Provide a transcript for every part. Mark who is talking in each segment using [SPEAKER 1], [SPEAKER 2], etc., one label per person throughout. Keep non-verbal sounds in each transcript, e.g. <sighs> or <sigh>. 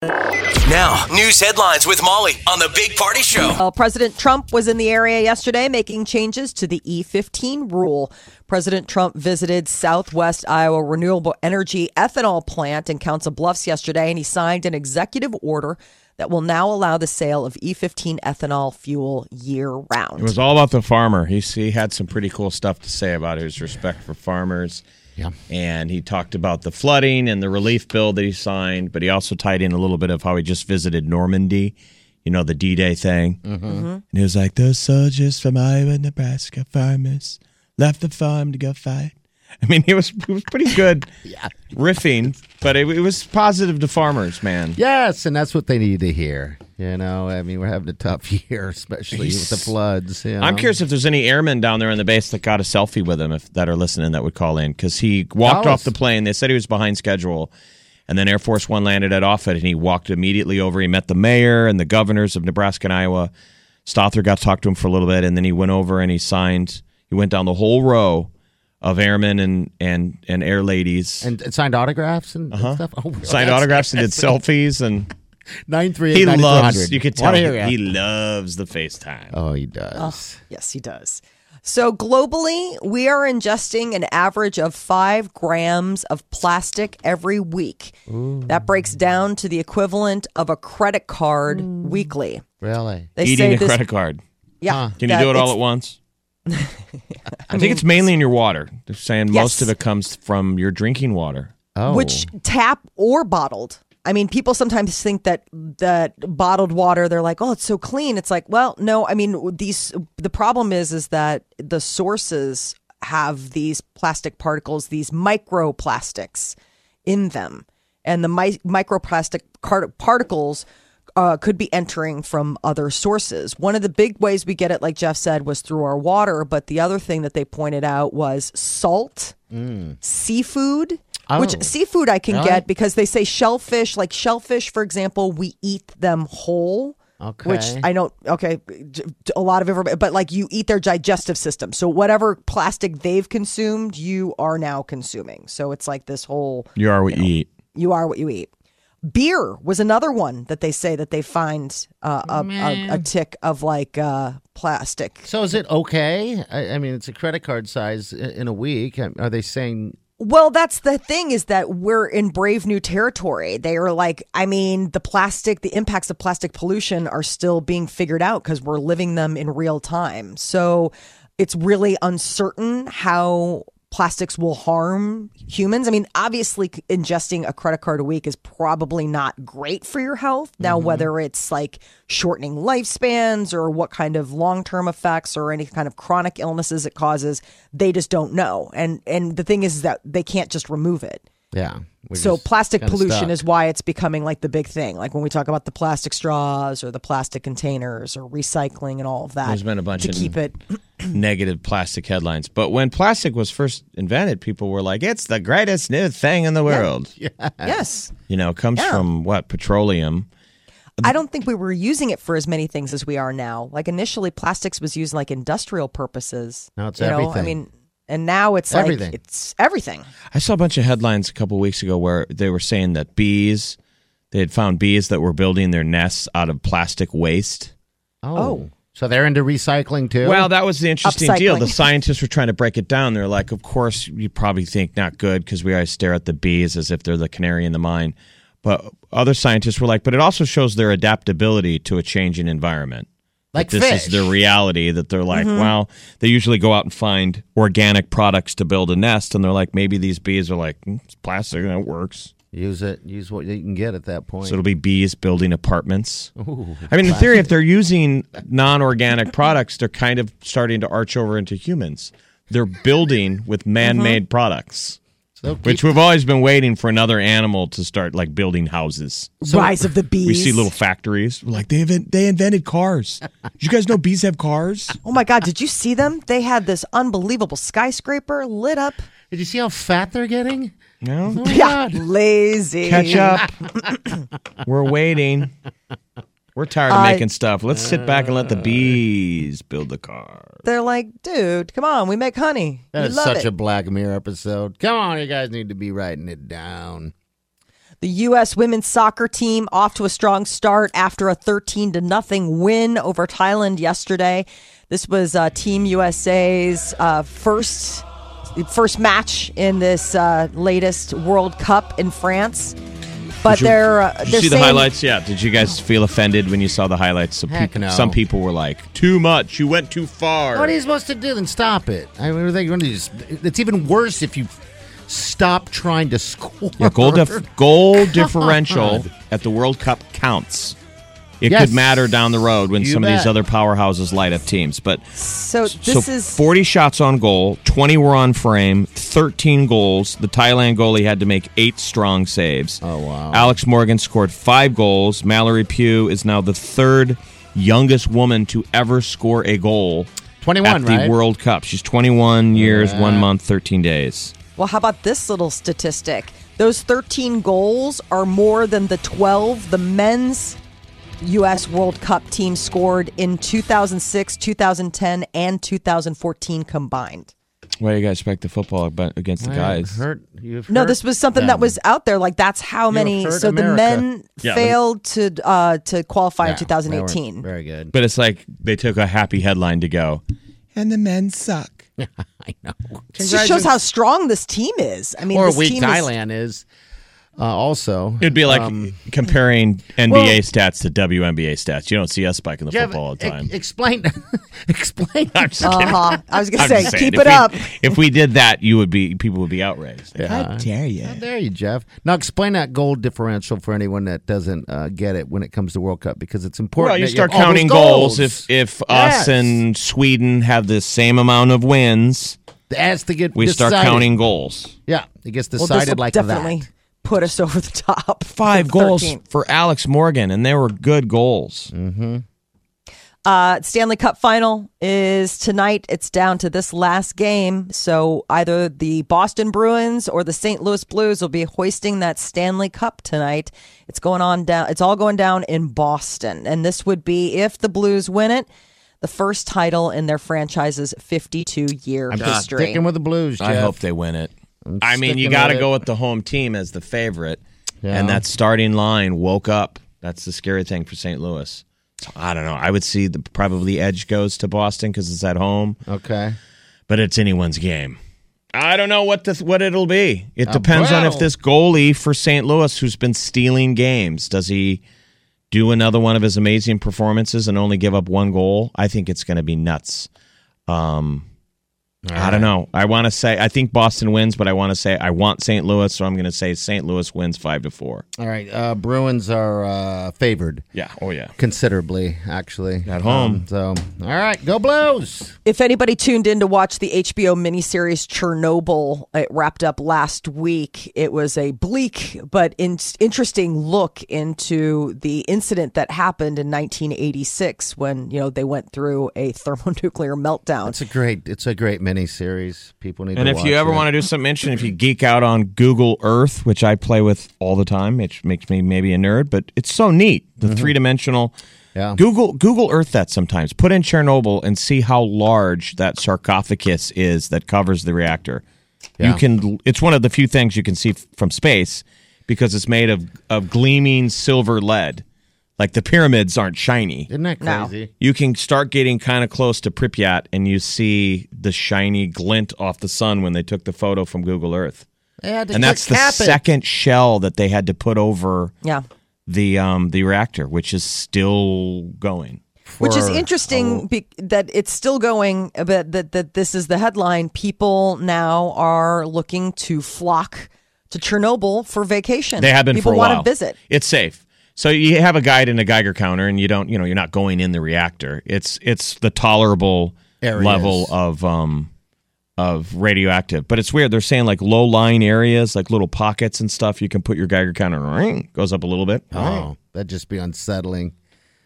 [SPEAKER 1] Now, news headlines with Molly on the Big Party Show.
[SPEAKER 2] Well, Uh, President Trump was in the area yesterday making changes to the E15 rule. President Trump visited Southwest Iowa Renewable Energy Ethanol Plant in Council Bluffs yesterday, and he signed an executive order that will now allow the sale of E15 ethanol fuel year round.
[SPEAKER 3] It was all about the farmer. He he had some pretty cool stuff to say about his respect for farmers. Yeah. And he talked about the flooding and the relief bill that he signed, but he also tied in a little bit of how he just visited Normandy, you know, the D Day thing. And he was like, Those soldiers from Iowa, Nebraska farmers left the farm to go fight. I mean, he was he was pretty good <laughs> yeah. riffing, but it, it was positive to farmers, man.
[SPEAKER 4] Yes, and that's what they need to hear. You know, I mean, we're having a tough <laughs> year, especially with the floods. you
[SPEAKER 3] I'm
[SPEAKER 2] Um,
[SPEAKER 4] know.
[SPEAKER 3] curious if there's any airmen down there in the base that got a selfie with him, if that are listening, that would call in because he walked
[SPEAKER 4] Tell
[SPEAKER 3] off
[SPEAKER 4] us.
[SPEAKER 3] the plane. They said he was behind schedule, and then Air Force One landed at Offutt, and he walked immediately over. He met the mayor and the governors of Nebraska and Iowa. Stother got to talk to him for a little bit, and then he went over and he signed. He went down the whole row of airmen and and and air ladies.
[SPEAKER 4] And it signed autographs and and stuff. Oh, really?
[SPEAKER 3] Uh-huh. Signed
[SPEAKER 2] <laughs>
[SPEAKER 3] autographs and did selfies, and
[SPEAKER 4] Nine three eight
[SPEAKER 3] he
[SPEAKER 4] ninety four
[SPEAKER 3] loves.
[SPEAKER 4] hundred.
[SPEAKER 3] You could
[SPEAKER 4] Wanna
[SPEAKER 3] tell
[SPEAKER 4] hear
[SPEAKER 3] he,
[SPEAKER 4] ya.
[SPEAKER 3] he loves the FaceTime.
[SPEAKER 4] oh, he does.
[SPEAKER 2] Yes, he does. So, globally, we are ingesting an average of five grams of plastic every week. That breaks down to the equivalent of a credit card weekly.
[SPEAKER 4] Really?
[SPEAKER 2] They
[SPEAKER 3] Mm. Eating
[SPEAKER 2] say
[SPEAKER 3] a
[SPEAKER 2] this,
[SPEAKER 3] credit card.
[SPEAKER 2] Yeah.
[SPEAKER 3] Can you
[SPEAKER 2] that
[SPEAKER 3] do it all
[SPEAKER 2] it's-
[SPEAKER 3] at <laughs> once? I, think it's mainly in your water. They're saying most
[SPEAKER 2] Yes. Uh,
[SPEAKER 3] of it comes from your drinking water.
[SPEAKER 4] Oh,
[SPEAKER 2] Which tap or bottled? I mean, people sometimes think that that bottled water, they're like, "Oh, it's so clean." It's like, well, no. I mean, these the problem is is that the sources have these plastic particles, these microplastics in them, and the mi- microplastic car- particles uh, could be entering from other sources. One of the big ways we get it, like Jeff said, was through our water. But the other thing that they pointed out was salt seafood,
[SPEAKER 4] Oh.
[SPEAKER 2] which seafood I can
[SPEAKER 4] Really?
[SPEAKER 2] get because they say shellfish, like shellfish, for example, we eat them whole. Which
[SPEAKER 4] Okay.
[SPEAKER 2] I don't, okay, j- a lot of information, but like you eat their digestive system. So whatever plastic they've consumed, you are now consuming. So it's like this whole
[SPEAKER 3] You are what you eat.
[SPEAKER 2] you are what you eat. Beer was another one that they say that they find uh, a, a, a tick of like uh, plastic.
[SPEAKER 4] So is it okay? I, I mean, it's a credit card size i- in a week. Um, Are they saying?
[SPEAKER 2] Well, that's the thing is that we're in brave new territory. They are like, I mean, the plastic, the impacts of plastic pollution are still being figured out because we're living them in real time. So it's really uncertain how plastics will harm humans. I mean, obviously, c- ingesting a credit card a week is probably not great for your health. Now,
[SPEAKER 3] Mm-hmm.
[SPEAKER 2] whether it's like shortening lifespans or what kind of long term effects or any kind of chronic illnesses it causes, they just don't know. And and the thing is that they can't just remove it.
[SPEAKER 4] Yeah. we're
[SPEAKER 2] So
[SPEAKER 4] just
[SPEAKER 2] plastic
[SPEAKER 4] kinda
[SPEAKER 2] pollution
[SPEAKER 4] stuck.
[SPEAKER 2] is why it's becoming like the big thing. Like when we talk about the plastic straws or the plastic containers or recycling and all of that.
[SPEAKER 3] There's been a bunch
[SPEAKER 2] to
[SPEAKER 3] in-
[SPEAKER 2] keep it.
[SPEAKER 3] Negative plastic headlines. But when plastic was first invented, people were like, it's the greatest new thing in the world.
[SPEAKER 2] yes.
[SPEAKER 3] You know, it comes
[SPEAKER 2] Yeah.
[SPEAKER 3] from what? Petroleum.
[SPEAKER 2] I don't think we were using it for as many things as we are now. Like initially, plastics was used like industrial purposes.
[SPEAKER 4] Now it's
[SPEAKER 2] you know? I
[SPEAKER 4] everything.
[SPEAKER 2] mean, and now it's
[SPEAKER 4] Everything.
[SPEAKER 2] like it's everything.
[SPEAKER 3] I saw a bunch of headlines a couple weeks ago where they were saying that bees, they had found bees that were building their nests out of plastic waste.
[SPEAKER 4] Oh.
[SPEAKER 2] Oh.
[SPEAKER 4] So they're into recycling too.
[SPEAKER 3] Well, that was the interesting
[SPEAKER 2] Upcycling.
[SPEAKER 3] deal. The scientists were trying to break it down. They're like, of course, you probably think not good because we always stare at the bees as if they're the canary in the mine. But other scientists were like, but it also shows their adaptability to a changing environment. That
[SPEAKER 4] Like
[SPEAKER 3] this
[SPEAKER 4] fish. Mm-hmm.
[SPEAKER 3] is their reality that they're like, well, they usually go out and find organic products to build a nest, and they're like, maybe these bees are like, "Mm, it's plastic, that works.
[SPEAKER 4] use it. Use what you can get at that point.
[SPEAKER 3] So it'll be bees building apartments. I mean, in theory, if they're using non organic products, they're kind of starting to arch over into humans. they're building with
[SPEAKER 2] Uh-huh.
[SPEAKER 3] man-made products,
[SPEAKER 4] So
[SPEAKER 3] which we've always been waiting for another animal to start like building houses.
[SPEAKER 2] Rise of the bees.
[SPEAKER 3] We see little factories. We're like they invent, they invented cars. Did you guys know bees have cars?
[SPEAKER 2] Oh my God, did you see them? They had this unbelievable skyscraper lit up.
[SPEAKER 4] Did you see how fat they're getting?
[SPEAKER 3] No.
[SPEAKER 2] <laughs>
[SPEAKER 4] Oh my
[SPEAKER 2] Yeah,
[SPEAKER 4] God.
[SPEAKER 2] lazy.
[SPEAKER 3] Catch up. <coughs> We're waiting. We're tired of
[SPEAKER 2] I-
[SPEAKER 3] making stuff. Let's sit back and let the bees build the car.
[SPEAKER 2] They're like, dude, come on, we make honey.
[SPEAKER 4] That
[SPEAKER 2] we
[SPEAKER 4] is
[SPEAKER 2] love
[SPEAKER 4] such
[SPEAKER 2] it.
[SPEAKER 4] a Black Mirror episode. Come on, you guys need to be writing it down.
[SPEAKER 2] The U.S. women's soccer team off to a strong start after a 13 to nothing win over Thailand yesterday. This was uh, Team USA's uh, first first match in this uh, latest World Cup in France. But
[SPEAKER 3] Did you-
[SPEAKER 2] they're uh,
[SPEAKER 3] Did you
[SPEAKER 2] they're
[SPEAKER 3] see the
[SPEAKER 2] saying-
[SPEAKER 3] highlights? Yeah. Did you guys feel offended when you saw the highlights? Some,
[SPEAKER 4] Heck
[SPEAKER 3] peop-
[SPEAKER 4] no.
[SPEAKER 3] some people were like, "Too much. You went too far."
[SPEAKER 4] What are you supposed to do? Then stop it. I mean, what are they going to just, it's even worse if you stop trying to <laughs> score.
[SPEAKER 3] Your goal
[SPEAKER 4] <laughs>
[SPEAKER 3] dif- goal differential at the World Cup counts. It
[SPEAKER 4] Yes.
[SPEAKER 3] could matter down the road when
[SPEAKER 4] You
[SPEAKER 3] some of these
[SPEAKER 4] bet.
[SPEAKER 3] other powerhouses light up teams. But
[SPEAKER 2] So this
[SPEAKER 3] so
[SPEAKER 2] is
[SPEAKER 3] 40 shots on goal, 20 were on frame, 13 goals. The Thailand goalie had to make eight strong saves.
[SPEAKER 4] Oh, wow.
[SPEAKER 3] Alex Morgan scored five goals. Mallory Pugh is now the third youngest woman to ever score a goal
[SPEAKER 4] 21,
[SPEAKER 3] at the
[SPEAKER 4] right?
[SPEAKER 3] World Cup. She's 21 years, one month, 13 days.
[SPEAKER 2] Well, how about this little statistic? Those 13 goals are more than the 12 the men's U.S. World Cup team scored in 2006, 2010, and 2014 combined.
[SPEAKER 3] Why do you guys expect the football about- against the guys?
[SPEAKER 4] Hurt, you've
[SPEAKER 2] No,
[SPEAKER 4] hurt
[SPEAKER 2] this was something that
[SPEAKER 3] them.
[SPEAKER 2] was out there. Like that's how many.
[SPEAKER 4] hurt
[SPEAKER 2] So the
[SPEAKER 4] America.
[SPEAKER 2] men
[SPEAKER 3] Yeah, the-
[SPEAKER 2] failed to uh, to qualify
[SPEAKER 4] Yeah,
[SPEAKER 2] in
[SPEAKER 4] they weren't
[SPEAKER 2] 2018. <laughs>
[SPEAKER 4] Very good.
[SPEAKER 3] But it's like they took a happy headline to go. And the men suck.
[SPEAKER 4] I know.
[SPEAKER 2] It just shows how strong this team is. I mean,
[SPEAKER 4] or
[SPEAKER 2] this
[SPEAKER 4] weak
[SPEAKER 2] team is-
[SPEAKER 4] Thailand is, uh, also.
[SPEAKER 3] It'd be like
[SPEAKER 4] Um,
[SPEAKER 3] comparing NBA
[SPEAKER 4] well-
[SPEAKER 3] stats to WNBA stats. You don't see us spiking the
[SPEAKER 4] Jeff,
[SPEAKER 3] football all the
[SPEAKER 4] e-
[SPEAKER 3] time.
[SPEAKER 4] explain. <laughs> explain.
[SPEAKER 3] <laughs> I'm just kidding.
[SPEAKER 2] Uh-huh. I
[SPEAKER 4] <laughs>
[SPEAKER 2] was gonna
[SPEAKER 3] I'm
[SPEAKER 2] say,
[SPEAKER 3] just saying,
[SPEAKER 2] keep
[SPEAKER 3] if
[SPEAKER 2] it
[SPEAKER 3] we-
[SPEAKER 2] up.
[SPEAKER 3] If we did that, you would be people would be outraged. Like, How dare you?
[SPEAKER 4] How dare you, Jeff? Now explain that goal differential for anyone that doesn't uh, get it when it comes to World Cup because it's important.
[SPEAKER 3] Well, you
[SPEAKER 4] that
[SPEAKER 3] start
[SPEAKER 4] have all those
[SPEAKER 3] counting goals.
[SPEAKER 4] goals,
[SPEAKER 3] If if
[SPEAKER 4] Yes.
[SPEAKER 3] us and Sweden have the same amount of wins,
[SPEAKER 4] That's to get
[SPEAKER 3] we
[SPEAKER 4] decided.
[SPEAKER 3] start counting goals.
[SPEAKER 4] Yeah, it gets
[SPEAKER 2] Well,
[SPEAKER 4] decided
[SPEAKER 2] this will
[SPEAKER 4] like
[SPEAKER 2] definitely
[SPEAKER 4] that.
[SPEAKER 2] put us over the top.
[SPEAKER 3] Five goals
[SPEAKER 2] 13.
[SPEAKER 3] for Alex Morgan, and they were good goals.
[SPEAKER 2] Uh, Stanley Cup final is tonight. It's down to this last game. So either the Boston Bruins or the St. Louis Blues will be hoisting that Stanley Cup tonight. It's going on down. It's all going down in Boston. And this would be if the Blues win it, the first title in their franchise's 52 year history.
[SPEAKER 4] Sticking with the Blues, Jeff.
[SPEAKER 3] I hope they win it. I mean, you
[SPEAKER 4] sticking
[SPEAKER 3] got to
[SPEAKER 4] with
[SPEAKER 3] go
[SPEAKER 4] it.
[SPEAKER 3] with the home team as the favorite,
[SPEAKER 4] Yeah.
[SPEAKER 3] and that starting line woke up. That's the scary thing for St. Louis. So, I don't know. I would see the probably edge goes to Boston because it's at home,
[SPEAKER 4] Okay.
[SPEAKER 3] but it's anyone's game. I don't know what the, what it'll be. It
[SPEAKER 4] Uh,
[SPEAKER 3] depends on if
[SPEAKER 4] well.
[SPEAKER 3] this goalie for St. Louis, who's been stealing games, does he do another one of his amazing performances and only give up one goal? I think it's going to be nuts. Um, I don't know. I want to say I think Boston wins, but I want to say I want St. Louis, so I'm going to say St. Louis wins five to four.
[SPEAKER 4] All right. Uh, Bruins are uh, favored
[SPEAKER 3] Yeah. Oh yeah.
[SPEAKER 4] considerably, actually.
[SPEAKER 3] At home.
[SPEAKER 4] Um, so, all right. Go Blues.
[SPEAKER 2] If anybody tuned in to watch the HBO miniseries Chernobyl, it wrapped up last week. It was a bleak but in- interesting look into the incident that happened in 1986 when you know they went through a <laughs> thermonuclear meltdown.
[SPEAKER 4] It's a great. It's a great miniseries. People need.
[SPEAKER 3] And
[SPEAKER 4] to
[SPEAKER 3] if you
[SPEAKER 4] watch
[SPEAKER 3] ever
[SPEAKER 4] it.
[SPEAKER 3] want to do something interesting, if you geek out on Google Earth, which I play with all the time, which makes me maybe a nerd, but it's so neat the three dimensional.
[SPEAKER 4] Mm-hmm. Yeah.
[SPEAKER 3] Google Google Earth that sometimes. Put in Chernobyl and see how large that sarcophagus is that covers the reactor.
[SPEAKER 4] Yeah.
[SPEAKER 3] You can. It's one of the few things you can see f- from space because it's made of of gleaming silver lead. Like the pyramids aren't shiny.
[SPEAKER 4] Isn't that
[SPEAKER 2] No.
[SPEAKER 4] crazy?
[SPEAKER 3] You can start getting kind of close to Pripyat and you see the shiny glint off the sun when they took the photo from Google Earth.
[SPEAKER 4] Yeah,
[SPEAKER 3] And that's the second shell that they had to put over
[SPEAKER 2] yeah.
[SPEAKER 3] the um, the reactor, which is still going.
[SPEAKER 2] Which is interesting be- that it's still going, but that, that this is the headline. People now are looking to flock to Chernobyl for vacation.
[SPEAKER 3] They have been
[SPEAKER 2] People
[SPEAKER 3] for a
[SPEAKER 2] wanna
[SPEAKER 3] while.
[SPEAKER 2] visit.
[SPEAKER 3] It's safe. So you have a guide and a Geiger counter, and you don't, you know, you're not going in the reactor. It's it's the tolerable
[SPEAKER 4] Areas.
[SPEAKER 3] level of um of radioactive. But it's weird. They're saying like low lying areas, like little pockets and stuff. You can put your Geiger counter ring goes up a little bit.
[SPEAKER 4] Oh, that'd just be unsettling.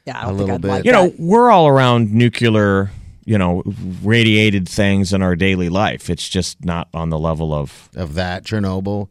[SPEAKER 2] Yeah, I
[SPEAKER 4] A
[SPEAKER 2] don't think
[SPEAKER 4] little
[SPEAKER 2] I'd
[SPEAKER 4] bit.
[SPEAKER 2] like
[SPEAKER 3] You know,
[SPEAKER 2] that.
[SPEAKER 3] we're all around nuclear, you know, radiated things in our daily life. It's just not on the level of
[SPEAKER 4] Of that Chernobyl.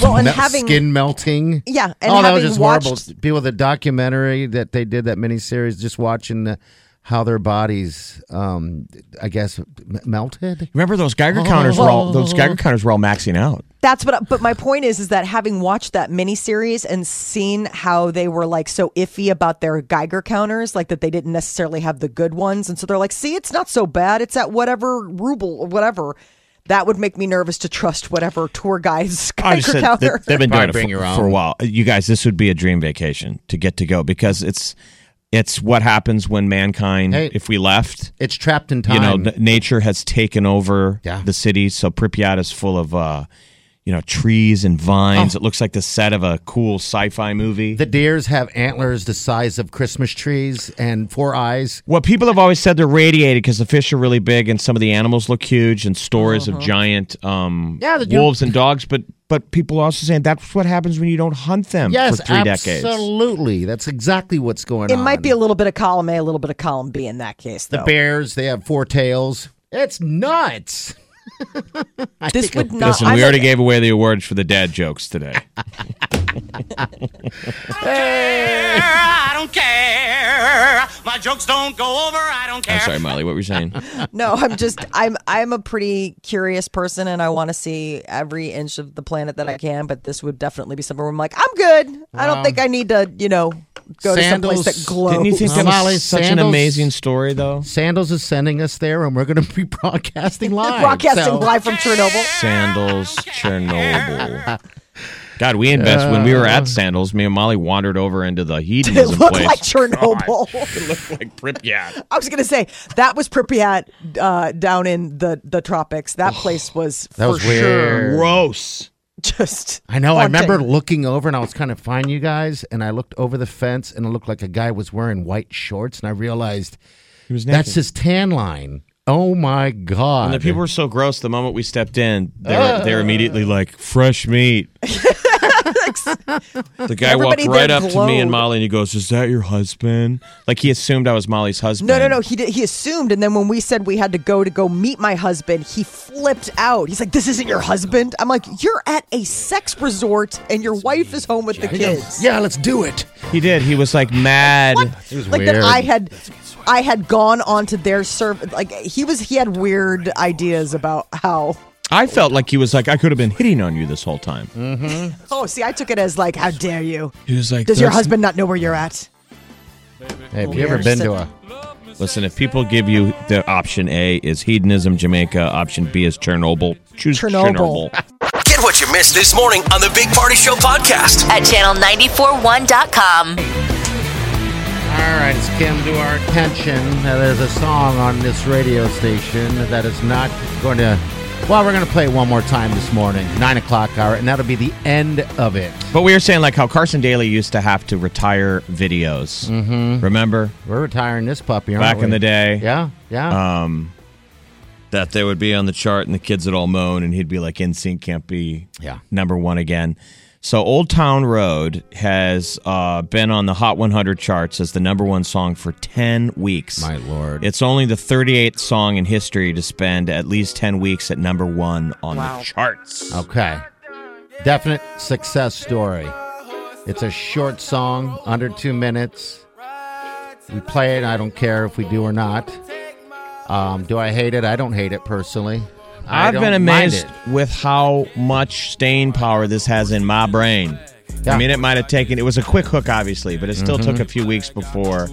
[SPEAKER 2] Well, and
[SPEAKER 4] Mel-
[SPEAKER 2] having
[SPEAKER 4] skin melting.
[SPEAKER 2] Yeah, and
[SPEAKER 4] oh, that
[SPEAKER 2] having
[SPEAKER 4] was just horrible.
[SPEAKER 2] watched-
[SPEAKER 4] People, the documentary that they did, that miniseries, just watching the, how their bodies, um, I guess, m- melted.
[SPEAKER 3] Remember those Geiger
[SPEAKER 2] Oh.
[SPEAKER 3] counters were all those Geiger counters were all maxing out.
[SPEAKER 2] That's what. But my point is, is that having watched that miniseries and seen how they were like so iffy about their Geiger counters, like that they didn't necessarily have the good ones, and so they're like, "See, it's not so bad. It's at whatever ruble or whatever." That would make me nervous to trust whatever tour guide's
[SPEAKER 3] I
[SPEAKER 2] Geiger
[SPEAKER 3] just said
[SPEAKER 2] counter.
[SPEAKER 3] that they've been doing
[SPEAKER 4] Probably bring
[SPEAKER 3] it
[SPEAKER 4] your
[SPEAKER 3] for,
[SPEAKER 4] own.
[SPEAKER 3] for a while. You guys, this would be a dream vacation to get to go because it's it's what happens when mankind,
[SPEAKER 4] Hey.
[SPEAKER 3] if we left,
[SPEAKER 4] It's trapped in
[SPEAKER 3] you
[SPEAKER 4] time.
[SPEAKER 3] know, n- nature has taken over
[SPEAKER 4] Yeah.
[SPEAKER 3] the city. So Pripyat is full of, uh, you know, trees and vines. It looks like the set of a cool sci-fi movie.
[SPEAKER 4] Oh. the deers have antlers the size of Christmas trees and four eyes.
[SPEAKER 3] Well, people have always said they're radiated because the fish are really big and some of the animals look huge and stories of giant um,
[SPEAKER 4] Uh-huh. Yeah, the-
[SPEAKER 3] wolves and dogs. But but people are also saying that's what happens when you don't hunt them
[SPEAKER 4] Yes,
[SPEAKER 3] for three decades.
[SPEAKER 4] absolutely. That's exactly what's going
[SPEAKER 2] it
[SPEAKER 4] on.
[SPEAKER 2] might be a little bit of column A, a little bit of column B in that case,
[SPEAKER 4] the
[SPEAKER 2] though.
[SPEAKER 4] bears. They have four tails. It's nuts.
[SPEAKER 2] this would not.
[SPEAKER 3] Listen,
[SPEAKER 2] I'm
[SPEAKER 3] we
[SPEAKER 2] a-
[SPEAKER 3] already gave away the awards for the dad jokes today.
[SPEAKER 5] I don't care. My jokes don't go over. I don't
[SPEAKER 3] I'm
[SPEAKER 5] care.
[SPEAKER 3] sorry, Molly. What were
[SPEAKER 2] <laughs>
[SPEAKER 3] you saying?
[SPEAKER 2] No, I'm just I'm I'm a pretty curious person and I want to see every inch of the planet that I can, but this would definitely be somewhere where I'm like, I'm good. I don't think I need to, you know, go to someplace
[SPEAKER 4] Sandals.
[SPEAKER 2] that glows.
[SPEAKER 3] Didn't you think that
[SPEAKER 4] Molly,
[SPEAKER 3] was such an
[SPEAKER 4] sandals?
[SPEAKER 3] amazing story, though?
[SPEAKER 4] Sandals is sending us there, and we're going to be <laughs> broadcasting live.
[SPEAKER 2] Broadcasting
[SPEAKER 4] so-
[SPEAKER 2] live from Chernobyl. <laughs>
[SPEAKER 3] Sandals, Chernobyl. God, we invest when we were at Sandals. Me and Molly wandered over
[SPEAKER 2] <laughs>
[SPEAKER 3] into the
[SPEAKER 2] Uh. It
[SPEAKER 3] hedonism
[SPEAKER 2] looked
[SPEAKER 3] place.
[SPEAKER 2] like Chernobyl.
[SPEAKER 3] it looked like Pripyat.
[SPEAKER 2] I was gonna say that was Pripyat uh, down in the, the tropics.
[SPEAKER 4] <sighs>
[SPEAKER 2] That place was
[SPEAKER 4] That
[SPEAKER 2] for
[SPEAKER 4] was
[SPEAKER 2] sure
[SPEAKER 4] weird.
[SPEAKER 3] Gross.
[SPEAKER 2] just.
[SPEAKER 4] I know. I remember
[SPEAKER 2] haunting.
[SPEAKER 4] looking over, and I was kind of fine, you guys. And I looked over the fence, and it looked like a guy was wearing white shorts, and I realized that's his tan line. Oh my god!
[SPEAKER 3] And the people were so gross. The moment we stepped in, they were,
[SPEAKER 2] Uh.
[SPEAKER 3] they were immediately like
[SPEAKER 2] <laughs>
[SPEAKER 3] fresh meat. the guy
[SPEAKER 2] Everybody
[SPEAKER 3] walked right
[SPEAKER 2] there
[SPEAKER 3] up to me and
[SPEAKER 2] glowed.
[SPEAKER 3] Molly, and he goes, "Is that your husband?" Like he assumed I was Molly's husband.
[SPEAKER 2] No, no, no. He did, he assumed, and then when we said we had to go to go meet my husband, he flipped out. He's like, "This isn't your husband." I'm like, "You're at a sex resort, and your wife is home with the kids."
[SPEAKER 4] yeah, let's do it.
[SPEAKER 3] He did. He was like mad.
[SPEAKER 2] like that. I had, I had gone onto their serv Like he was, he had weird ideas about how.
[SPEAKER 3] I felt like he was like I could have been hitting on you this whole time.
[SPEAKER 2] Oh, see, I took it as like, "How dare you?
[SPEAKER 3] He was like,
[SPEAKER 2] Does your
[SPEAKER 3] "That's-
[SPEAKER 2] husband not know where you're at?"
[SPEAKER 4] Hey, have you ever been to a?
[SPEAKER 3] Listen, if people give you the option A is hedonism, Jamaica. Option B is Chernobyl. Choose
[SPEAKER 2] Chernobyl.
[SPEAKER 3] Chernobyl.
[SPEAKER 1] Get what you missed this morning on the Big Party Show podcast.
[SPEAKER 6] at channel941.com.
[SPEAKER 4] All right, it's Kim to our attention. Now, there's a song on this radio station that is not going to. Well, we're going to play it one more time this morning, nine o'clock hour, and that'll be the end of it.
[SPEAKER 3] But we were saying like how Carson Daly used to have to retire videos. Mm-hmm. Remember
[SPEAKER 4] We're retiring this puppy, aren't
[SPEAKER 3] back
[SPEAKER 4] we?
[SPEAKER 3] in the day? Uh-huh.
[SPEAKER 4] Yeah, yeah.
[SPEAKER 3] that they would be on the chart and the kids would all moan and he'd be like NSYNC can't be
[SPEAKER 4] Yeah.
[SPEAKER 3] number one again. So Old Town Road has uh, been on the Hot 100 charts as the number one song for 10 weeks.
[SPEAKER 4] My lord.
[SPEAKER 3] It's only the 38th song in history to spend at least 10 weeks at number one on the charts.
[SPEAKER 4] okay. Definite success story. It's a short song, under two minutes. We play it. I don't care if we do or not. Um, do I hate it? I don't hate it personally. I
[SPEAKER 3] I've
[SPEAKER 4] don't
[SPEAKER 3] been
[SPEAKER 4] mind
[SPEAKER 3] amazed
[SPEAKER 4] it.
[SPEAKER 3] with how much staying power this has in my brain. I
[SPEAKER 4] Yeah.
[SPEAKER 3] mean, it might have taken, it was a quick hook, obviously, but it still took a few weeks before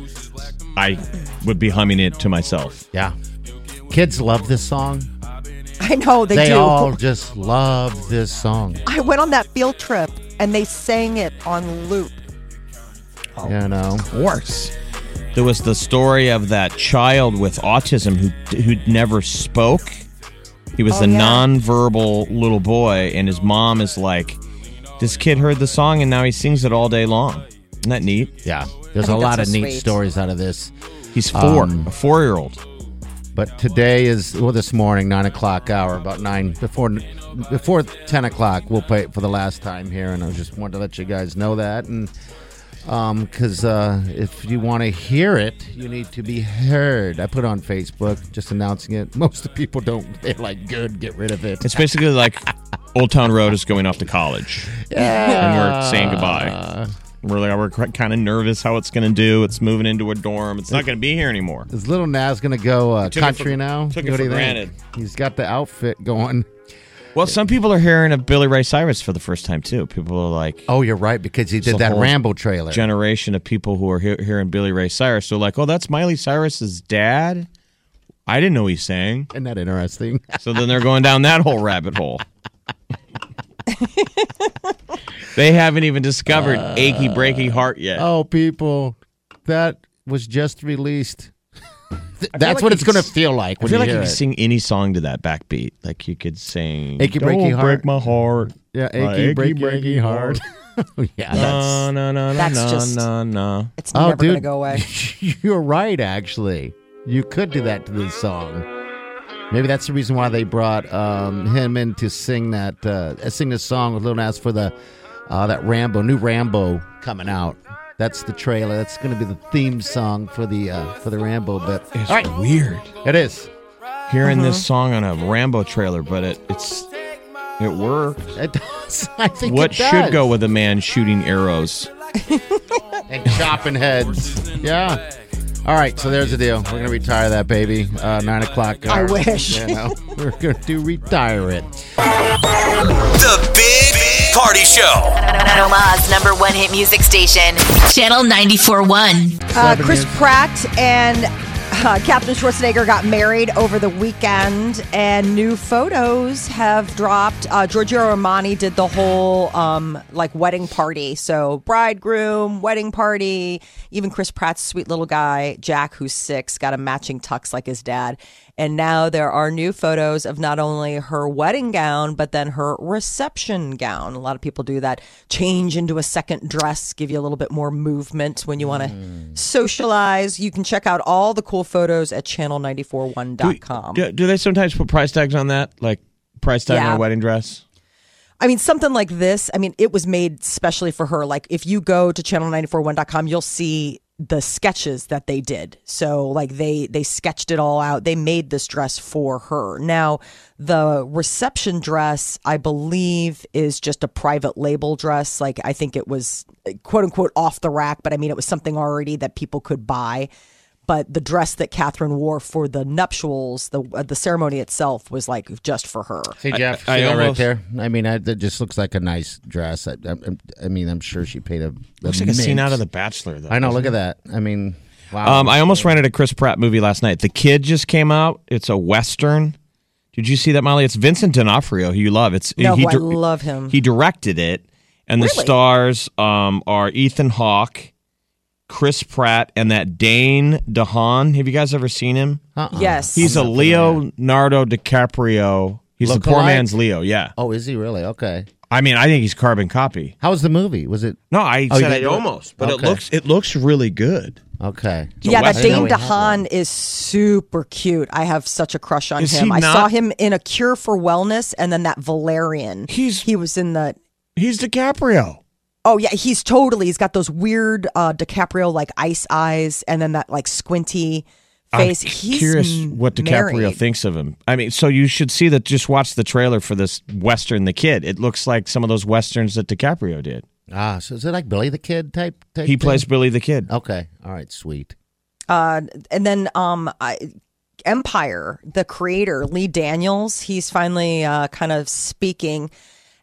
[SPEAKER 3] I would be humming it to myself.
[SPEAKER 4] Yeah. Kids love this song.
[SPEAKER 2] I know they,
[SPEAKER 4] They,
[SPEAKER 2] do.
[SPEAKER 4] all just love this song.
[SPEAKER 2] I went on that field trip, and they sang it on loop.
[SPEAKER 4] You know.
[SPEAKER 3] Worse. There was the story of that child with autism who who never spoke. He was the
[SPEAKER 2] yeah.
[SPEAKER 3] nonverbal little boy, and his mom is like, "This kid heard the song, and now he sings it all day long." Isn't that neat?
[SPEAKER 4] Yeah. There's
[SPEAKER 2] I
[SPEAKER 4] a
[SPEAKER 2] think
[SPEAKER 4] lot
[SPEAKER 2] that's
[SPEAKER 4] of
[SPEAKER 2] so
[SPEAKER 4] neat
[SPEAKER 2] sweet.
[SPEAKER 4] stories out of this.
[SPEAKER 3] He's four,
[SPEAKER 4] Um,
[SPEAKER 3] a four-year-old.
[SPEAKER 4] But today is well, this morning, nine o'clock hour, about nine before before ten o'clock. We'll play it for the last time here, and I just wanted to let you guys know that. And um, because uh, if you want to hear it, you need to be heard. I put it on Facebook, just announcing it. <laughs> Most of the people don't. They're like, "Good, get rid of it."
[SPEAKER 3] It's basically like Old Town Road is going off to college. And we're saying goodbye. We're like, we're kind of nervous how it's going to do. It's moving into a dorm. It's not going to be here anymore.
[SPEAKER 4] Is little Nas gonna go uh,
[SPEAKER 3] took it
[SPEAKER 4] country
[SPEAKER 3] for-
[SPEAKER 4] now?
[SPEAKER 3] took it
[SPEAKER 4] What
[SPEAKER 3] for
[SPEAKER 4] do you
[SPEAKER 3] granted.
[SPEAKER 4] think? He's got the outfit going.
[SPEAKER 3] Well, some people are hearing of Billy Ray Cyrus for the first time too. People are like,
[SPEAKER 4] Oh, you're right because he
[SPEAKER 3] There's
[SPEAKER 4] did
[SPEAKER 3] a
[SPEAKER 4] that
[SPEAKER 3] whole
[SPEAKER 4] Rambo trailer.
[SPEAKER 3] generation of people who are he- hearing Billy Ray Cyrus. So like, oh, that's Miley Cyrus's dad. I didn't know he sang.
[SPEAKER 4] Isn't that interesting?
[SPEAKER 3] So then they're going down that whole rabbit
[SPEAKER 4] <laughs>
[SPEAKER 3] hole. they haven't even discovered achy breaky heart yet.
[SPEAKER 4] Uh, oh, people, that was just released.
[SPEAKER 3] <laughs>
[SPEAKER 4] Th-
[SPEAKER 3] like
[SPEAKER 4] That's what
[SPEAKER 3] you
[SPEAKER 4] it's
[SPEAKER 3] could
[SPEAKER 4] gonna
[SPEAKER 3] s-
[SPEAKER 4] feel like
[SPEAKER 3] I
[SPEAKER 4] when
[SPEAKER 3] feel like
[SPEAKER 4] you
[SPEAKER 3] you
[SPEAKER 4] hear
[SPEAKER 3] could
[SPEAKER 4] it.
[SPEAKER 3] sing any song to that backbeat. Like you could sing
[SPEAKER 4] Achy
[SPEAKER 3] Don't
[SPEAKER 4] breaky heart."
[SPEAKER 3] break my heart.
[SPEAKER 4] yeah,
[SPEAKER 3] My
[SPEAKER 4] achy, breaky, heart. yeah,
[SPEAKER 3] No,
[SPEAKER 4] <laughs>
[SPEAKER 3] no,
[SPEAKER 4] that's,
[SPEAKER 3] no, no,
[SPEAKER 2] That's
[SPEAKER 3] no,
[SPEAKER 2] just-
[SPEAKER 3] no, no.
[SPEAKER 2] It's
[SPEAKER 4] Oh,
[SPEAKER 2] never going to
[SPEAKER 4] dude.
[SPEAKER 2] go away.
[SPEAKER 4] <laughs> you're right. Actually, you could do that to this song. Maybe that's the reason why they brought um, him in to sing that, uh, sing this song with Lil Nas for the uh, that Rambo, new Rambo coming out. That's the trailer. That's going to be the theme song for the uh, for the Rambo. But
[SPEAKER 3] It's weird
[SPEAKER 4] it is.
[SPEAKER 3] hearing this
[SPEAKER 4] Uh-huh.
[SPEAKER 3] song on a Rambo trailer, but it it's it works.
[SPEAKER 4] It does. <laughs> I think
[SPEAKER 3] What
[SPEAKER 4] it
[SPEAKER 3] should
[SPEAKER 4] does.
[SPEAKER 3] go with a man shooting arrows?
[SPEAKER 4] and chopping heads. Yeah. All right, so there's the deal. We're gonna retire that baby. Uh, Nine o'clock.
[SPEAKER 2] I
[SPEAKER 4] hour.
[SPEAKER 2] wish.
[SPEAKER 4] You <laughs> know, we're gonna do retire it.
[SPEAKER 1] The Big, Big Party Show.
[SPEAKER 6] Omaha's number one hit music station.
[SPEAKER 7] Channel 941.
[SPEAKER 2] Uh,
[SPEAKER 4] Celebrity
[SPEAKER 2] Chris
[SPEAKER 4] news.
[SPEAKER 2] Pratt and uh, Captain Schwarzenegger got married over the weekend, and new photos have dropped. Uh, Giorgio Armani did the whole um, like wedding party, so bridegroom, wedding party. Even Chris Pratt's sweet little guy Jack, who's six, got a matching tux like his dad. And now there are new photos of not only her wedding gown, but then her reception gown. A lot of people do that. Change into a second dress, give you a little bit more movement when you want to
[SPEAKER 3] Mm.
[SPEAKER 2] socialize. You can check out all the cool photos at channel941.com.
[SPEAKER 3] Do, do they sometimes put price tags on that? Like price tag on
[SPEAKER 2] Yeah.
[SPEAKER 3] a wedding dress?
[SPEAKER 2] I mean, something like this, I mean, it was made specially for her. Like, if you go to channel941.com, you'll see the sketches that they did. So, like, they they sketched it all out. They made this dress for her. Now, the reception dress, I believe, is just a private label dress. Like, I think it was uh, quote unquote off the rack, but I mean, it was something already that people could buy. But the dress that Catherine wore for the nuptials, the uh, the ceremony itself, was like just for her.
[SPEAKER 4] See Jeff,
[SPEAKER 3] I- I
[SPEAKER 4] see that right
[SPEAKER 3] almost-
[SPEAKER 4] there. I mean, I, that just looks like a nice dress. I, I, I mean, I'm sure she paid a.
[SPEAKER 3] Looks like a scene out of The Bachelor, though.
[SPEAKER 4] I know. Look at that. I mean, wow.
[SPEAKER 3] Um, I almost rented a Chris Pratt movie last night. The Kid just came out. It's a western. Did you see that, Molly? It's Vincent D'Onofrio, who you love. It's
[SPEAKER 2] No,
[SPEAKER 3] he
[SPEAKER 2] who I
[SPEAKER 3] dir-
[SPEAKER 2] love him.
[SPEAKER 3] He directed it, and the
[SPEAKER 2] Really?
[SPEAKER 3] stars um, are Ethan Hawke, Chris Pratt, and that Dane DeHaan. Have you guys ever seen him?
[SPEAKER 4] Uh-uh.
[SPEAKER 2] Yes.
[SPEAKER 3] He's a
[SPEAKER 4] I'm not familiar.
[SPEAKER 3] Leonardo DiCaprio. He's the poor
[SPEAKER 4] Lookalike?
[SPEAKER 3] man's Leo. Yeah.
[SPEAKER 4] Oh, is he really? Okay.
[SPEAKER 3] I mean, I think he's carbon copy.
[SPEAKER 4] How was the movie? Was it
[SPEAKER 3] No, I
[SPEAKER 4] Oh, you
[SPEAKER 3] said
[SPEAKER 4] didn't
[SPEAKER 3] I
[SPEAKER 4] do it?
[SPEAKER 3] almost, but
[SPEAKER 4] Okay.
[SPEAKER 3] it looks it looks really good.
[SPEAKER 4] okay?
[SPEAKER 2] yeah, that
[SPEAKER 3] Western.
[SPEAKER 2] Dane
[SPEAKER 4] I didn't know he had
[SPEAKER 2] DeHaan is super cute. I have such a crush on
[SPEAKER 3] Is
[SPEAKER 2] him.
[SPEAKER 3] he
[SPEAKER 2] I
[SPEAKER 3] not-
[SPEAKER 2] saw him in A Cure for Wellness, and then that Valerian.
[SPEAKER 3] He's-
[SPEAKER 2] he was in the.
[SPEAKER 3] He's DiCaprio.
[SPEAKER 2] Oh yeah, he's totally. He's got those weird uh, DiCaprio like ice eyes, and then that like squinty face.
[SPEAKER 3] I'm
[SPEAKER 2] he's
[SPEAKER 3] curious what DiCaprio
[SPEAKER 2] married.
[SPEAKER 3] thinks of him. I mean, so you should see that. Just watch the trailer for this Western, The Kid. It looks like some of those Westerns that DiCaprio did.
[SPEAKER 4] Ah, so is it like Billy the Kid type? type
[SPEAKER 3] He
[SPEAKER 4] thing?
[SPEAKER 3] plays Billy the Kid.
[SPEAKER 4] Okay. All right. Sweet.
[SPEAKER 2] Uh, and then um, I, Empire, the creator Lee Daniels, he's finally uh, kind of speaking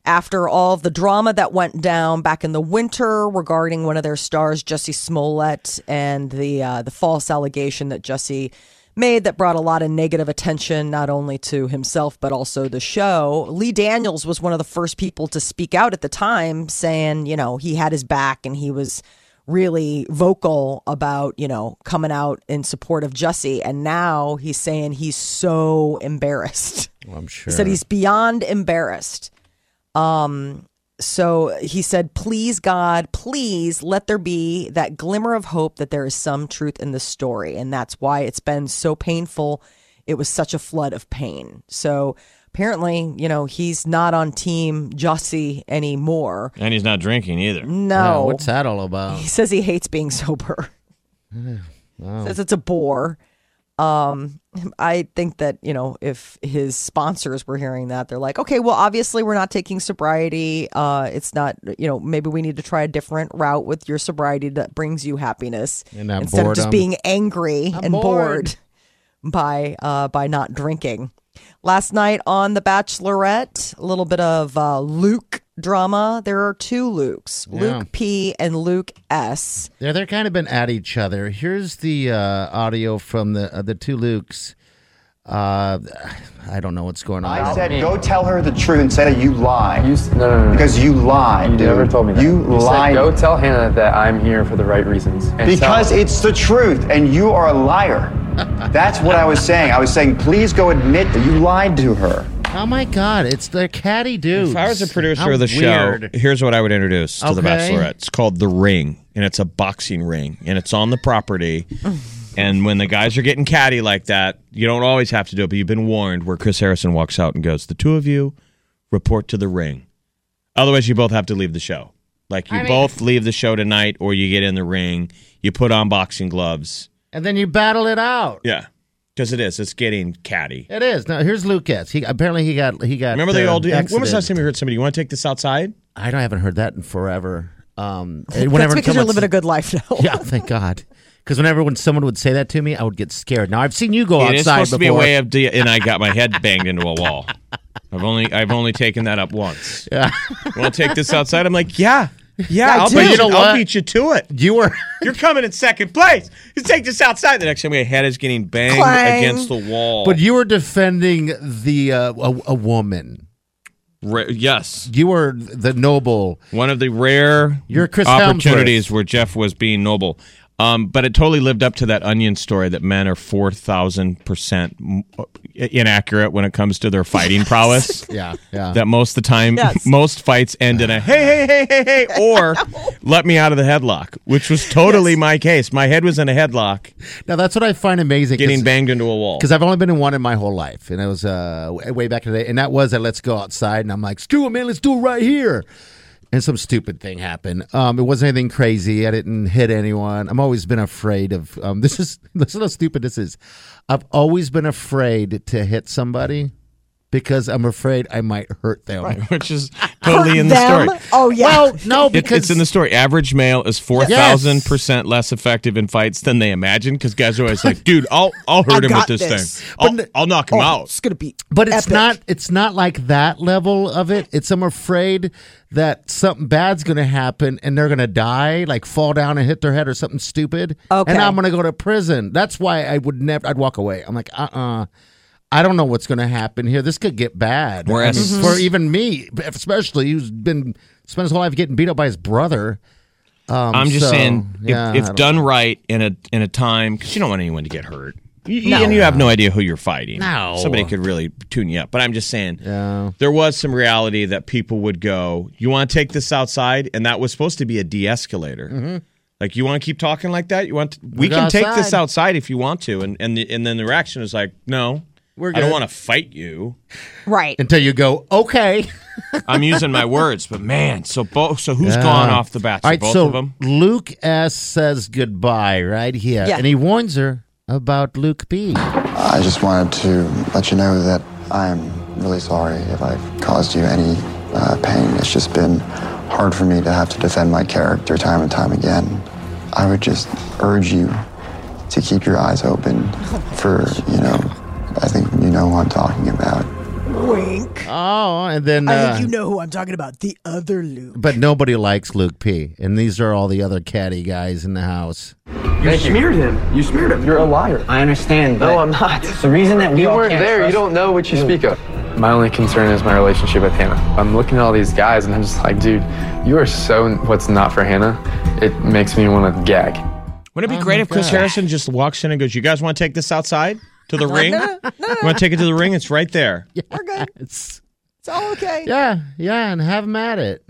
[SPEAKER 2] after all the drama that went down back in the winter regarding one of their stars, Jesse Smollett, and the uh, the false allegation that Jesse made that brought a lot of negative attention not only to himself but also the show. Lee Daniels was one of the first people to speak out at the time saying, you know, he had his back and he was really vocal about, you know, coming out in support of Jesse and now he's saying he's so embarrassed. <laughs>
[SPEAKER 4] Well, I'm sure.
[SPEAKER 2] He said he's beyond embarrassed. Um, so he said, please, God, please let there be that glimmer of hope that there is some truth in this story. And that's why it's been so painful. It was such a flood of pain. So apparently, you know, he's not on Team Jussie anymore.
[SPEAKER 3] And he's not drinking either.
[SPEAKER 2] No.
[SPEAKER 4] Yeah, what's that all about?
[SPEAKER 2] He says he hates being sober. Says it's a bore. Um, I think that you know if his sponsors were hearing that, they're like, okay, well, obviously we're not taking sobriety. Uh, it's not you know maybe we need to try a different route with your sobriety that brings you happiness
[SPEAKER 4] And that
[SPEAKER 2] instead of just
[SPEAKER 4] boredom.
[SPEAKER 2] being angry
[SPEAKER 4] I'm
[SPEAKER 2] and bored,
[SPEAKER 4] bored.
[SPEAKER 2] by uh, by not drinking. Last night on The Bachelorette, a little bit of uh, Luke drama. There are two Lukes,
[SPEAKER 4] Yeah.
[SPEAKER 2] Luke P and Luke S.
[SPEAKER 4] Yeah, they're kind of been at each other. Here's the uh, audio from the uh, the two Lukes. Uh, I don't know what's going on.
[SPEAKER 8] I said, go tell her the truth instead of you lie. Because you lie.
[SPEAKER 9] You
[SPEAKER 8] dude.
[SPEAKER 9] never told me that.
[SPEAKER 8] You,
[SPEAKER 9] You
[SPEAKER 8] lied.
[SPEAKER 9] Said, Go tell Hannah that I'm here for the right reasons. And
[SPEAKER 8] because
[SPEAKER 9] tell-
[SPEAKER 8] it's the truth, and you are
[SPEAKER 9] <laughs>
[SPEAKER 8] a liar. That's what I was saying. I was saying, please go admit that you lied to her.
[SPEAKER 4] Oh my God, it's the catty dude.
[SPEAKER 3] If I was a producer of the show, here's what I would introduce to The
[SPEAKER 4] Okay.
[SPEAKER 3] Bachelorette. It's called The Ring, and it's a boxing ring, and it's on the <sighs> property. and when the guys are getting catty like that, you don't always have to do it, but you've been warned where Chris Harrison walks out and goes, The two of you report to The Ring. Otherwise, you both have to leave the show. Like, you both leave the show tonight, or you get in the ring, you put on boxing gloves.
[SPEAKER 4] and then you battle it out.
[SPEAKER 3] Yeah. Because it is. It's getting catty.
[SPEAKER 4] It is. Now here's Lucas. He apparently he got he got.
[SPEAKER 3] Remember the
[SPEAKER 4] uh,
[SPEAKER 3] old. When was the
[SPEAKER 4] exited.
[SPEAKER 3] last time you heard somebody, you want to take this outside?
[SPEAKER 4] I don't haven't heard that in forever.
[SPEAKER 2] <laughs>
[SPEAKER 4] Um, whenever
[SPEAKER 2] That's because you're
[SPEAKER 4] someone-
[SPEAKER 2] living a good life now. <laughs>
[SPEAKER 4] <laughs> Yeah, thank God. Because whenever when someone would say that to me, I would get scared. Now I've seen you go
[SPEAKER 3] It is
[SPEAKER 4] outside
[SPEAKER 3] supposed to
[SPEAKER 4] before.
[SPEAKER 3] be a way of, de- and I got my head banged into a
[SPEAKER 4] <laughs>
[SPEAKER 3] wall. I've only I've only taken that up once. Yeah. Want to take this outside? I'm like, yeah, yeah. I'll,
[SPEAKER 2] do.
[SPEAKER 3] beat
[SPEAKER 4] You know
[SPEAKER 3] I'll
[SPEAKER 4] what?
[SPEAKER 3] beat you to it.
[SPEAKER 4] you were. <laughs>
[SPEAKER 3] You're coming in second place. You take this outside. The next time my head is getting banged
[SPEAKER 2] Clang.
[SPEAKER 3] against the wall.
[SPEAKER 4] But you were defending the uh, a, a woman.
[SPEAKER 3] Ra- yes,
[SPEAKER 4] You were the noble.
[SPEAKER 3] one of the rare
[SPEAKER 4] You're Chris
[SPEAKER 3] opportunities
[SPEAKER 4] Hemsworth.
[SPEAKER 3] where Jeff was being noble. Um, but it totally lived up to that onion story that men are four thousand percent uh, inaccurate when it comes to their fighting
[SPEAKER 4] <laughs>
[SPEAKER 3] prowess.
[SPEAKER 4] Yeah, yeah.
[SPEAKER 3] that most of the time
[SPEAKER 2] Yes.
[SPEAKER 3] <laughs> most fights end in a hey hey hey hey
[SPEAKER 2] <laughs>
[SPEAKER 3] hey or let me out of the headlock which was totally my case my head was in a headlock
[SPEAKER 4] now that's what I find amazing.
[SPEAKER 3] getting
[SPEAKER 4] cause,
[SPEAKER 3] banged into a wall
[SPEAKER 4] Because I've only been in one in my whole life, and it was uh, w- way back in the day, and that was that. Let's go outside, and I'm like, screw it, man, let's do it right here. And some stupid thing happened. Um, it wasn't anything crazy. I didn't hit anyone. I've always been afraid of. Um, <laughs> this is this is how stupid this is. I've always been afraid to hit somebody because I'm afraid I might hurt them.
[SPEAKER 3] <laughs> which is totally in the
[SPEAKER 2] Them?
[SPEAKER 3] story
[SPEAKER 2] Oh yeah.
[SPEAKER 4] Well, no,
[SPEAKER 3] It-
[SPEAKER 4] because
[SPEAKER 3] it's in the story. Average male is four thousand percent less effective in fights than they imagine. Because guys are always like, "Dude, I'll I'll hurt him with
[SPEAKER 2] got
[SPEAKER 3] this,
[SPEAKER 2] this.
[SPEAKER 3] thing. I'll, I'll knock him
[SPEAKER 2] Oh,
[SPEAKER 3] out."
[SPEAKER 2] it's gonna be.
[SPEAKER 4] But it's
[SPEAKER 2] epic.
[SPEAKER 4] not it's not like that level of it. It's I'm afraid that something bad's gonna happen and they're gonna die, like fall down and hit their head or something stupid.
[SPEAKER 2] Okay.
[SPEAKER 4] And I'm gonna go to prison. That's why I would never I'd walk away. I'm like, uh uh I don't know what's going to happen here. This could get bad.
[SPEAKER 3] Whereas-
[SPEAKER 4] I mean, for even me, especially who's been spent his whole life getting beat up by his brother. Um,
[SPEAKER 3] I'm just
[SPEAKER 4] so,
[SPEAKER 3] saying, if,
[SPEAKER 4] yeah, I
[SPEAKER 3] if
[SPEAKER 4] don't-
[SPEAKER 3] done right in a in a time, because you don't want anyone to get hurt, You- you- and you have no idea who you're fighting.
[SPEAKER 4] No.
[SPEAKER 3] somebody could really tune you up. But I'm just saying,
[SPEAKER 4] Yeah.
[SPEAKER 3] there was some reality that people would go, "You want to take this outside?" And that was supposed to be a de-escalator. Like, you want to keep talking like that? You want? To, we
[SPEAKER 4] Mm-hmm. go
[SPEAKER 3] can take this
[SPEAKER 4] outside.
[SPEAKER 3] outside if you want to, and and the, and then the reaction is like, "No,
[SPEAKER 4] We're
[SPEAKER 3] I don't
[SPEAKER 4] good."
[SPEAKER 3] want to fight
[SPEAKER 4] <laughs>
[SPEAKER 3] you."
[SPEAKER 2] right.
[SPEAKER 4] until you go
[SPEAKER 3] <laughs>
[SPEAKER 4] okay.
[SPEAKER 3] I'm using my words, but man, so both, so who's gone
[SPEAKER 4] Yeah.
[SPEAKER 3] off the bat? So
[SPEAKER 4] All right,
[SPEAKER 3] both
[SPEAKER 4] so
[SPEAKER 3] of them.
[SPEAKER 4] Luke S says goodbye right here,
[SPEAKER 2] Yeah.
[SPEAKER 4] and he warns her about Luke B.
[SPEAKER 8] I just wanted to let you know that I'm really sorry if I've caused you any uh, pain. It's just been hard for me to have to defend my character time and time again. I would just urge you to keep your eyes open for, you know, I think you know who I'm talking about.
[SPEAKER 2] Wink.
[SPEAKER 4] Oh, and then
[SPEAKER 2] I
[SPEAKER 4] uh,
[SPEAKER 2] think you know who I'm talking about. The other Luke.
[SPEAKER 4] but nobody likes Luke P, and these are all the other catty guys in the house.
[SPEAKER 9] You smeared him. You smeared him. You're a liar. I understand. No, I'm not. The reason that we you weren't there, you don't know what you speak of. My only concern is my relationship with Hannah. I'm looking at all these guys, and I'm just like, dude, you are so what's not for Hannah. It makes me want to gag.
[SPEAKER 3] Wouldn't it
[SPEAKER 2] Oh
[SPEAKER 3] be great if Chris Harrison just walks in and goes, "You guys want to take this outside to the ring? You want to take it to the ring? It's right there."
[SPEAKER 2] We're good.
[SPEAKER 4] It's-
[SPEAKER 2] It's all okay.
[SPEAKER 4] yeah, yeah, and have 'em at it.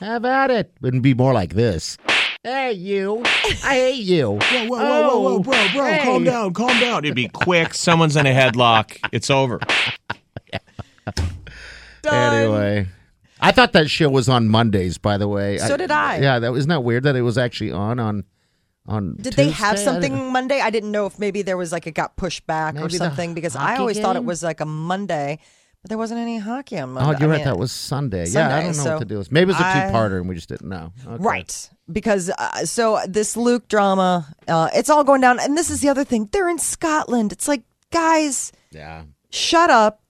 [SPEAKER 4] Have at it. Wouldn't be more like this. Hey, you. I hate you.
[SPEAKER 2] <laughs>
[SPEAKER 4] Oh,
[SPEAKER 10] whoa,
[SPEAKER 4] Whoa,
[SPEAKER 10] whoa,
[SPEAKER 2] Oh,
[SPEAKER 10] whoa, bro, bro, calm down,
[SPEAKER 3] calm down. It'd be quick. Someone's in a headlock.
[SPEAKER 2] <laughs>
[SPEAKER 3] It's over.
[SPEAKER 4] Anyway, I thought that show was on Mondays. By the way,
[SPEAKER 2] So did I.
[SPEAKER 4] Yeah, that isn't that weird that it was actually on on on.
[SPEAKER 2] Did they have
[SPEAKER 4] Tuesday? I don't
[SPEAKER 2] something
[SPEAKER 4] know.
[SPEAKER 2] Monday? I didn't know if maybe there was like it got pushed back or
[SPEAKER 4] Maybe the
[SPEAKER 2] something because I
[SPEAKER 4] hockey
[SPEAKER 2] always thought it
[SPEAKER 4] game?
[SPEAKER 2] was like a Monday, but there wasn't any hockey on
[SPEAKER 4] Oh,
[SPEAKER 2] Monday.
[SPEAKER 4] you're
[SPEAKER 2] I
[SPEAKER 4] right.
[SPEAKER 2] mean,
[SPEAKER 4] That was Sunday. yeah, I
[SPEAKER 2] Sunday,
[SPEAKER 4] don't know
[SPEAKER 2] so
[SPEAKER 4] what to do. Maybe it was a
[SPEAKER 2] I-
[SPEAKER 4] two-parter and we just didn't know. Okay.
[SPEAKER 2] Right. Because uh, so this Luke drama, uh, it's all going down. And this is the other thing. They're in Scotland. It's like, guys,
[SPEAKER 4] Yeah.
[SPEAKER 2] shut up.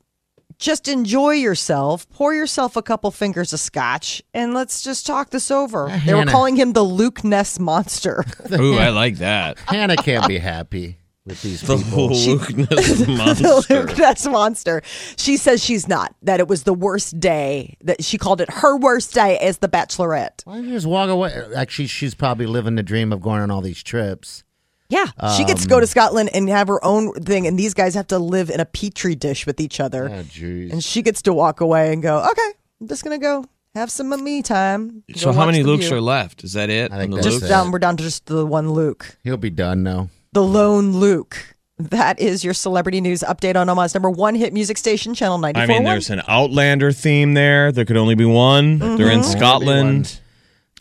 [SPEAKER 2] Just enjoy yourself. Pour yourself a couple fingers of scotch and let's just talk this over. They were
[SPEAKER 4] Hannah.
[SPEAKER 2] calling him the Luke Ness monster. <laughs>
[SPEAKER 3] Ooh, I like that.
[SPEAKER 4] Hannah can't be happy with these
[SPEAKER 3] The
[SPEAKER 2] <laughs>
[SPEAKER 4] people.
[SPEAKER 3] Lukeness
[SPEAKER 2] the
[SPEAKER 3] monster.
[SPEAKER 2] Luke Ness monster. She says she's not, that it was the worst day, that she called it her worst day as the bachelorette.
[SPEAKER 4] Why don't you just walk away? Actually, she's probably living the dream of going on all these trips.
[SPEAKER 2] Yeah. she gets to go to Scotland and have her own thing, and these guys have to live in a petri dish with each other.
[SPEAKER 4] Oh, jeez.
[SPEAKER 2] And she gets to walk away and go, okay, I'm just going to go have some of me time.
[SPEAKER 3] So
[SPEAKER 2] Go
[SPEAKER 3] how
[SPEAKER 2] watch
[SPEAKER 3] many
[SPEAKER 2] the
[SPEAKER 3] Lukes
[SPEAKER 2] view."
[SPEAKER 3] are left? Is that it?
[SPEAKER 4] I
[SPEAKER 3] On
[SPEAKER 4] think
[SPEAKER 3] the
[SPEAKER 4] that's
[SPEAKER 2] Just
[SPEAKER 3] Lukes?
[SPEAKER 4] it.
[SPEAKER 2] down, we're down to just the one Luke,
[SPEAKER 4] He'll be done now.
[SPEAKER 2] the lone Luke. That is your celebrity news update on Omaha's number one hit music station, Channel 94.
[SPEAKER 3] I mean, there's an Outlander theme there. There could only be one. They're in
[SPEAKER 2] Mm-hmm.
[SPEAKER 3] Scotland.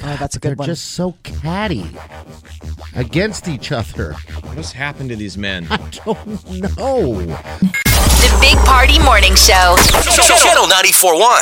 [SPEAKER 2] oh, that's a
[SPEAKER 4] They're
[SPEAKER 2] good one.
[SPEAKER 4] just so catty against each other. <laughs>
[SPEAKER 3] What's happened to these men?
[SPEAKER 4] Don't know.
[SPEAKER 6] The Big Party Morning Show.
[SPEAKER 1] Channel 94.1.